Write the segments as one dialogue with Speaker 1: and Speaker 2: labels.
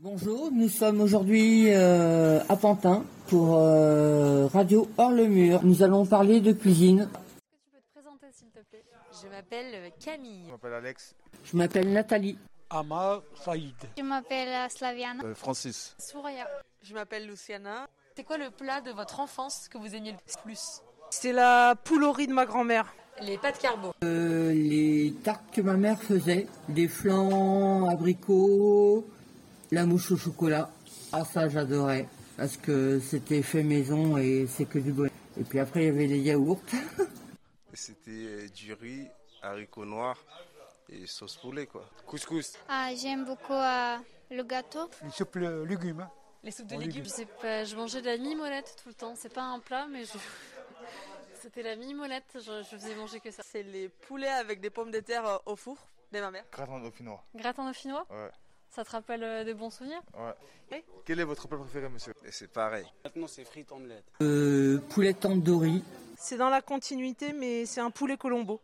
Speaker 1: Bonjour, nous sommes aujourd'hui euh, à Pantin pour euh, Radio Hors le Mur. Nous allons parler de cuisine.
Speaker 2: Est-ce que tu peux te présenter, s'il te plaît Je m'appelle Camille.
Speaker 3: Je m'appelle Alex.
Speaker 1: Je m'appelle Nathalie.
Speaker 4: Ama Saïd.
Speaker 5: Je m'appelle Slaviana.
Speaker 3: Euh, Francis.
Speaker 2: Souria.
Speaker 6: Je m'appelle Luciana.
Speaker 2: C'est quoi le plat de votre enfance que vous aimiez le plus
Speaker 6: C'est la poulorie de ma grand-mère.
Speaker 2: Les pâtes carbo.
Speaker 1: Euh, les tartes que ma mère faisait, des flans, abricots, la mouche au chocolat. Ah ça j'adorais parce que c'était fait maison et c'est que du bon. Et puis après il y avait les yaourts.
Speaker 3: C'était euh, du riz, haricots noirs et sauce poulet quoi.
Speaker 4: Couscous.
Speaker 5: Ah, J'aime beaucoup euh, le gâteau.
Speaker 4: Une soupe de légumes. hein.
Speaker 2: Les soupes de
Speaker 4: Bon,
Speaker 2: légumes.
Speaker 4: légumes.
Speaker 2: Je, sais pas, je mangeais de la mimolette tout le temps. C'est pas un plat, mais je... c'était la mimolette. Je, je faisais manger que ça.
Speaker 6: C'est les poulets avec des pommes de terre euh, au four de ma mère.
Speaker 3: Gratin dauphinois.
Speaker 2: Gratin dauphinois
Speaker 3: Ouais.
Speaker 2: Ça te rappelle euh, de bons souvenirs
Speaker 3: Quel est votre plat préféré monsieur Et c'est pareil.
Speaker 7: Maintenant, c'est frites, omelette.
Speaker 1: Euh, poulet tandoori,
Speaker 6: C'est dans la continuité, mais c'est un poulet colombo.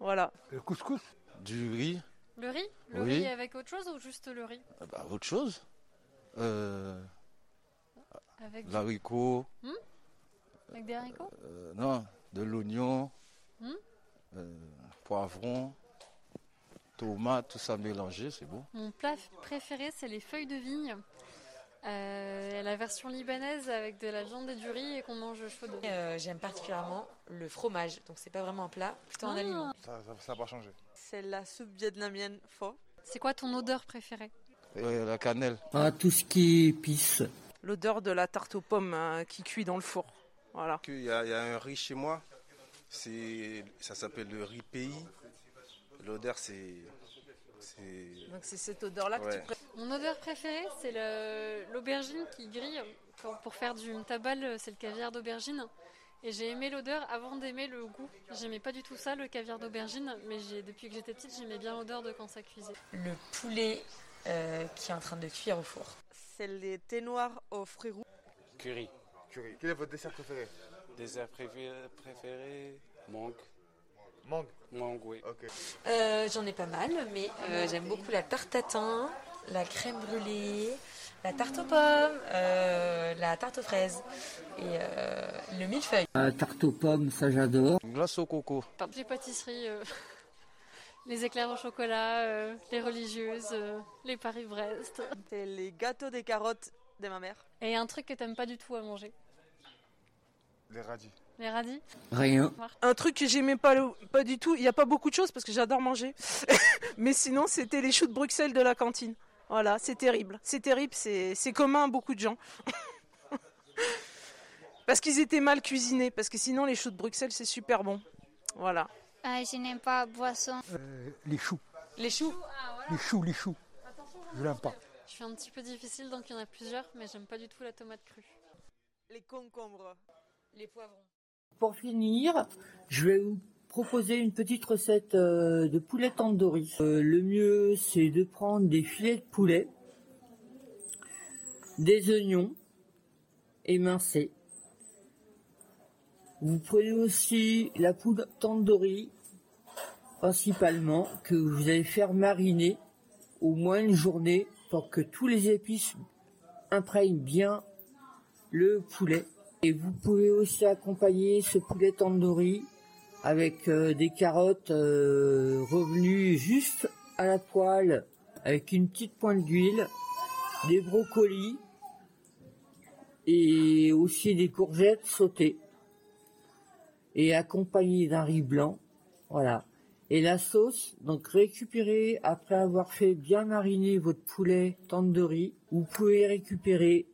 Speaker 6: Voilà.
Speaker 4: Le Euh, couscous.
Speaker 8: Du riz
Speaker 2: Le riz Le
Speaker 8: Oui.
Speaker 2: riz avec autre chose ou juste le riz
Speaker 8: Ah bah, Autre chose euh,
Speaker 2: Avec,
Speaker 8: de L'haricot,
Speaker 2: avec des haricots
Speaker 8: euh, non, de l'oignon,
Speaker 2: Hmm
Speaker 8: euh, poivron, tomate, tout ça mélangé, c'est bon.
Speaker 2: Mon plat préféré, c'est les feuilles de vigne. Euh, la version libanaise avec de la viande et du riz et qu'on mange chaud.
Speaker 9: Euh, J'aime particulièrement le fromage, donc c'est pas vraiment un plat, plutôt un
Speaker 2: Ah.
Speaker 9: aliment.
Speaker 3: Ça n'a pas changé.
Speaker 6: C'est la soupe vietnamienne pho.
Speaker 2: C'est quoi ton odeur préférée
Speaker 8: Euh, la cannelle,
Speaker 1: Ah, tout ce qui épice.
Speaker 6: L'odeur de la tarte aux pommes euh, qui cuit dans le four. Voilà.
Speaker 3: Il y, a, il y a un riz chez moi. C'est ça s'appelle le riz pays. L'odeur c'est c'est
Speaker 9: Donc c'est cette odeur-là que
Speaker 3: Ouais.
Speaker 9: tu préfères.
Speaker 2: Mon odeur préférée, c'est le- l'aubergine qui grille. Pour, pour faire du tabal, c'est le caviar d'aubergine. Et j'ai aimé l'odeur avant d'aimer le goût. J'aimais pas du tout ça, le caviar d'aubergine, mais j'ai- depuis que j'étais petite, j'aimais bien l'odeur de quand ça cuisait.
Speaker 9: Le poulet euh, qui est en train de cuire au four.
Speaker 6: C'est les thés noirs aux fruits rouges.
Speaker 7: Curry.
Speaker 3: curry. Quel est votre dessert préféré
Speaker 7: Dessert préféré, préféré mangue.
Speaker 3: Mangue.
Speaker 7: Mangue, oui.
Speaker 3: OK.
Speaker 9: Euh, J'en ai pas mal, mais euh, j'aime beaucoup la tarte à thym, la crème brûlée, la tarte aux pommes, euh, la tarte aux fraises et euh, le millefeuille.
Speaker 1: Ah, tarte aux pommes, ça j'adore.
Speaker 8: une glace au coco,
Speaker 2: Enfin, les pâtisseries, euh, les éclairs au chocolat, euh, les religieuses, euh, les Paris-Brest.
Speaker 6: C'est les gâteaux des carottes de ma mère.
Speaker 2: Et un truc que t'aimes pas du tout à manger
Speaker 3: Les radis.
Speaker 2: les radis
Speaker 1: Rien.
Speaker 6: Un truc que j'aimais pas, le- pas du tout, il n'y a pas beaucoup de choses parce que j'adore manger. Mais sinon, c'était les choux de Bruxelles de la cantine. Voilà, c'est terrible. C'est terrible, c'est c'est commun à beaucoup de gens. parce qu'ils étaient mal cuisinés, parce que sinon, les choux de Bruxelles, c'est super bon. Voilà.
Speaker 5: Ah, je n'aime pas boisson.
Speaker 4: euh, les choux.
Speaker 9: Les choux,
Speaker 4: Les choux, les choux. Je l'aime pas.
Speaker 2: Je suis un petit peu difficile, donc il y en a plusieurs, mais j'aime pas du tout la tomate crue.
Speaker 6: Les concombres.
Speaker 9: les poivrons.
Speaker 1: Pour finir, je vais vous proposer une petite recette euh, de poulet tandoori. Euh, le mieux, c'est de prendre des filets de poulet, des oignons émincés. Vous prenez aussi la poudre tandoori, principalement, que vous allez faire mariner au moins une journée pour que tous les épices imprègnent bien le poulet. Et vous pouvez aussi accompagner ce poulet tandoori avec euh, des carottes euh, revenues juste à la poêle avec une petite pointe d'huile, des brocolis et aussi des courgettes sautées et accompagné d'un riz blanc. Voilà. Et la sauce, donc récupérez après avoir fait bien mariner votre poulet tandoori, vous pouvez récupérer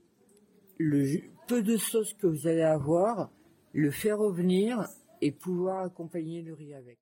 Speaker 1: le ju- peu de sauce que vous allez avoir, le faire revenir et pouvoir accompagner le riz avec.